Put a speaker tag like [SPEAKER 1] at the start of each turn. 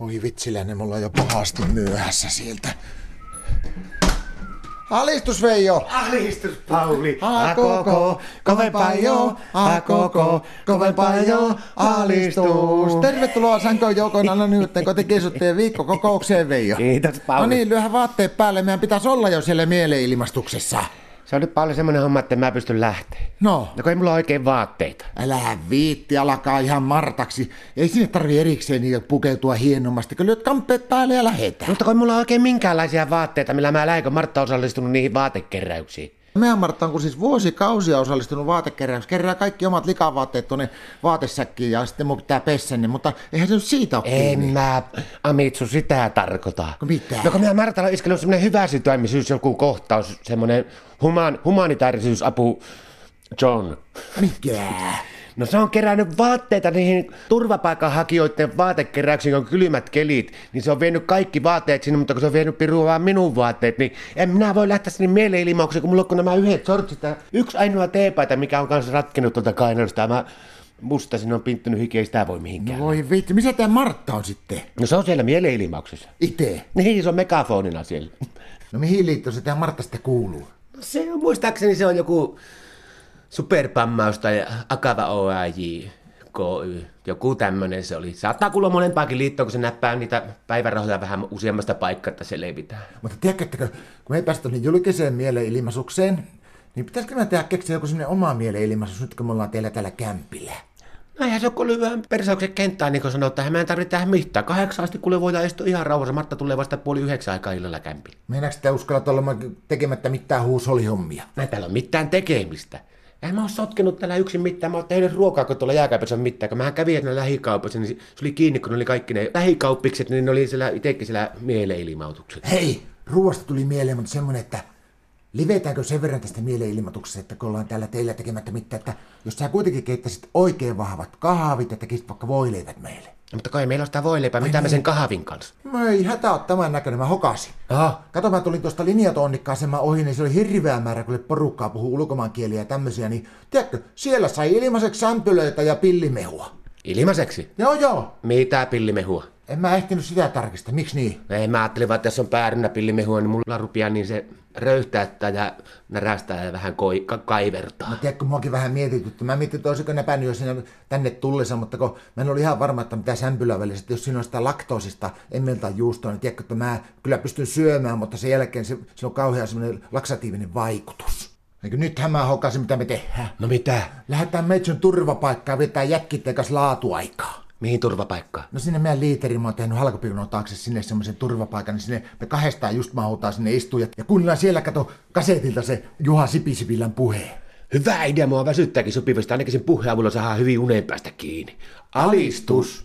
[SPEAKER 1] Oi vitsiläinen, mulla on jo pahasti myöhässä sieltä. Alistus Veijo!
[SPEAKER 2] Alistus, Pauli!
[SPEAKER 1] A koko, kovempaa jo, a koko, kovempaa jo, alistus. Tervetuloa Sankoon joukon anna nyt kotikisutteen viikkokokoukseen Veijo.
[SPEAKER 2] Kiitos, Pauli.
[SPEAKER 1] No niin, lyöhän vaatteet päälle, meidän pitäisi olla jo siellä mielenilmastuksessa.
[SPEAKER 2] Se on nyt, Pauli, semmonen homma, että mä pystyn lähteä.
[SPEAKER 1] No,
[SPEAKER 2] No kun ei mulla ole oikein vaatteita.
[SPEAKER 1] älä viitti, alkaa ihan martaksi. Ei sinne tarvi erikseen niitä pukeutua hienommasti, kun lyöt kamppeet päälle ja lähetä.
[SPEAKER 2] Mutta kun ei mulla ole oikein minkäänlaisia vaatteita, millä mä lähden, kun Martta on osallistunut niihin vaatekeräyksiin.
[SPEAKER 1] Meidän Martta on kun siis vuosikausia osallistunut vaatekeräykseen, kerää kaikki omat likavaatteet tuonne vaatesäkkiin ja sitten mun pitää pessä ne, mutta eihän se nyt siitä ole
[SPEAKER 2] En
[SPEAKER 1] kiinni.
[SPEAKER 2] mä, Amitsu, sitä tarkoita.
[SPEAKER 1] Mitä?
[SPEAKER 2] No kun minä Martalla on iskellut semmonen hyvä sydämisyys, joku kohtaus, semmonen human, humanitaarisuusapu John.
[SPEAKER 1] Mikä?
[SPEAKER 2] No se on kerännyt vaatteita niihin turvapaikanhakijoiden vaatekeräyksiin, kun on kylmät kelit, niin se on vienyt kaikki vaatteet sinne, mutta kun se on vienyt piruun vaan minun vaatteet, niin en minä voi lähteä sinne mielenilmaukseen, kun mulla on kuin nämä yhdet sortsit ja yksi ainoa teepaita, mikä on kanssa ratkennut tuolta kainalosta, ja mä musta sinne on pinttynyt hiki, ei sitä voi mihinkään. No,
[SPEAKER 1] Voi vittu, missä tämä Martta on sitten?
[SPEAKER 2] no se on siellä mielenilmauksessa.
[SPEAKER 1] Itse.
[SPEAKER 2] Niin, se on megafonina siellä.
[SPEAKER 1] No mihin liittoon se tämä Martta sitten kuuluu?
[SPEAKER 2] No se on, muistaakseni se on joku superpammaus tai Akava OAJ, KY, joku tämmönen se oli. Saattaa kuulla monempaakin liittoon, kun se näppää niitä päivärahoja vähän useammasta paikkaa, että se levitään.
[SPEAKER 1] Mutta tiedätkö, että kun kun me ei päästä tuonne julkiseen mielenilmaisukseen, niin pitäisikö me tehdä keksiä joku semmoinen oma mielenilmaisuus nyt, kun me ollaan teillä täällä kämpillä?
[SPEAKER 2] No eihän se ole kuule vähän persauksen kenttää, niin kuin sanoo, että meidän tarvitse tehdä mitään. Kahdeksan asti kuule voidaan istua ihan rauhassa. Martta tulee vasta puoli yhdeksän aikaa illalla kämpillä.
[SPEAKER 1] Meinaatko te uskalla olemaan tekemättä mitään huusolihommia?
[SPEAKER 2] Mä en täällä ole mitään tekemistä. En mä oo sotkenut täällä yksin mitään, mä oon tehnyt ruokaa, kun tuolla jääkäypässä on mitään. Kun mähän kävin siellä lähikaupassa, niin se oli kiinni, kun ne oli kaikki ne lähikauppikset, niin ne oli siellä itsekin siellä mielenilmautukset.
[SPEAKER 1] Hei, ruoasta tuli mieleen, mutta semmonen, että livetäänkö sen verran tästä mielenilmoituksesta, että kun ollaan täällä teillä tekemättä mitään, että jos sä kuitenkin keittäisit oikein vahvat kahvit ja tekisit vaikka voileivät meille.
[SPEAKER 2] No, mutta kai meillä on sitä voileipää, mitä mä sen kahvin kanssa.
[SPEAKER 1] No ei hätä ole tämän näköinen, mä hokasin.
[SPEAKER 2] Aha.
[SPEAKER 1] Kato, mä tulin tuosta linjatonnikasemaan ohi, niin se oli hirveä määrä, kun oli porukkaa puhuu ulkomaankieliä ja tämmöisiä, niin tiedätkö, siellä sai ilmaiseksi sämpylöitä ja pillimehua.
[SPEAKER 2] Ilmaiseksi.
[SPEAKER 1] Joo joo,
[SPEAKER 2] Mitä pillimehua?
[SPEAKER 1] en mä ehtinyt sitä tarkistaa, miksi niin?
[SPEAKER 2] No Ei, mä ajattelin vaan, että jos on päärynä pillimehua, niin mulla rupeaa niin se röyhtäyttää ja närästää ja vähän koi, ka- kaivertaa.
[SPEAKER 1] Mä tiedätkö, muakin vähän mietitytty. Mä mietin, että olisiko näpännyt jo siinä tänne tullessa, mutta kun mä en ole ihan varma, että mitä sämpylä välissä, että jos siinä on sitä laktoosista emmeltä juustoa, niin tiedätkö, että mä kyllä pystyn syömään, mutta sen jälkeen se, se on kauhean semmoinen laksatiivinen vaikutus. Eikö nythän mä hokasin, mitä me tehdään.
[SPEAKER 2] No mitä?
[SPEAKER 1] Lähdetään Metsyn turvapaikkaan vetää jätkitten kanssa laatuaikaa.
[SPEAKER 2] Mihin turvapaikkaan?
[SPEAKER 1] No sinne meidän liiteri, mä oon tehnyt halkopivnon taakse sinne semmoisen turvapaikan, niin sinne me kahdestaan just mahutaan sinne istuja. Ja kuunnellaan siellä, kato, kasetilta se Juha Sipisipilän puheen.
[SPEAKER 2] Hyvä idea, mua väsyttääkin sopivasti. Ainakin sen puheen avulla saadaan hyvin unen päästä kiinni. Alistus!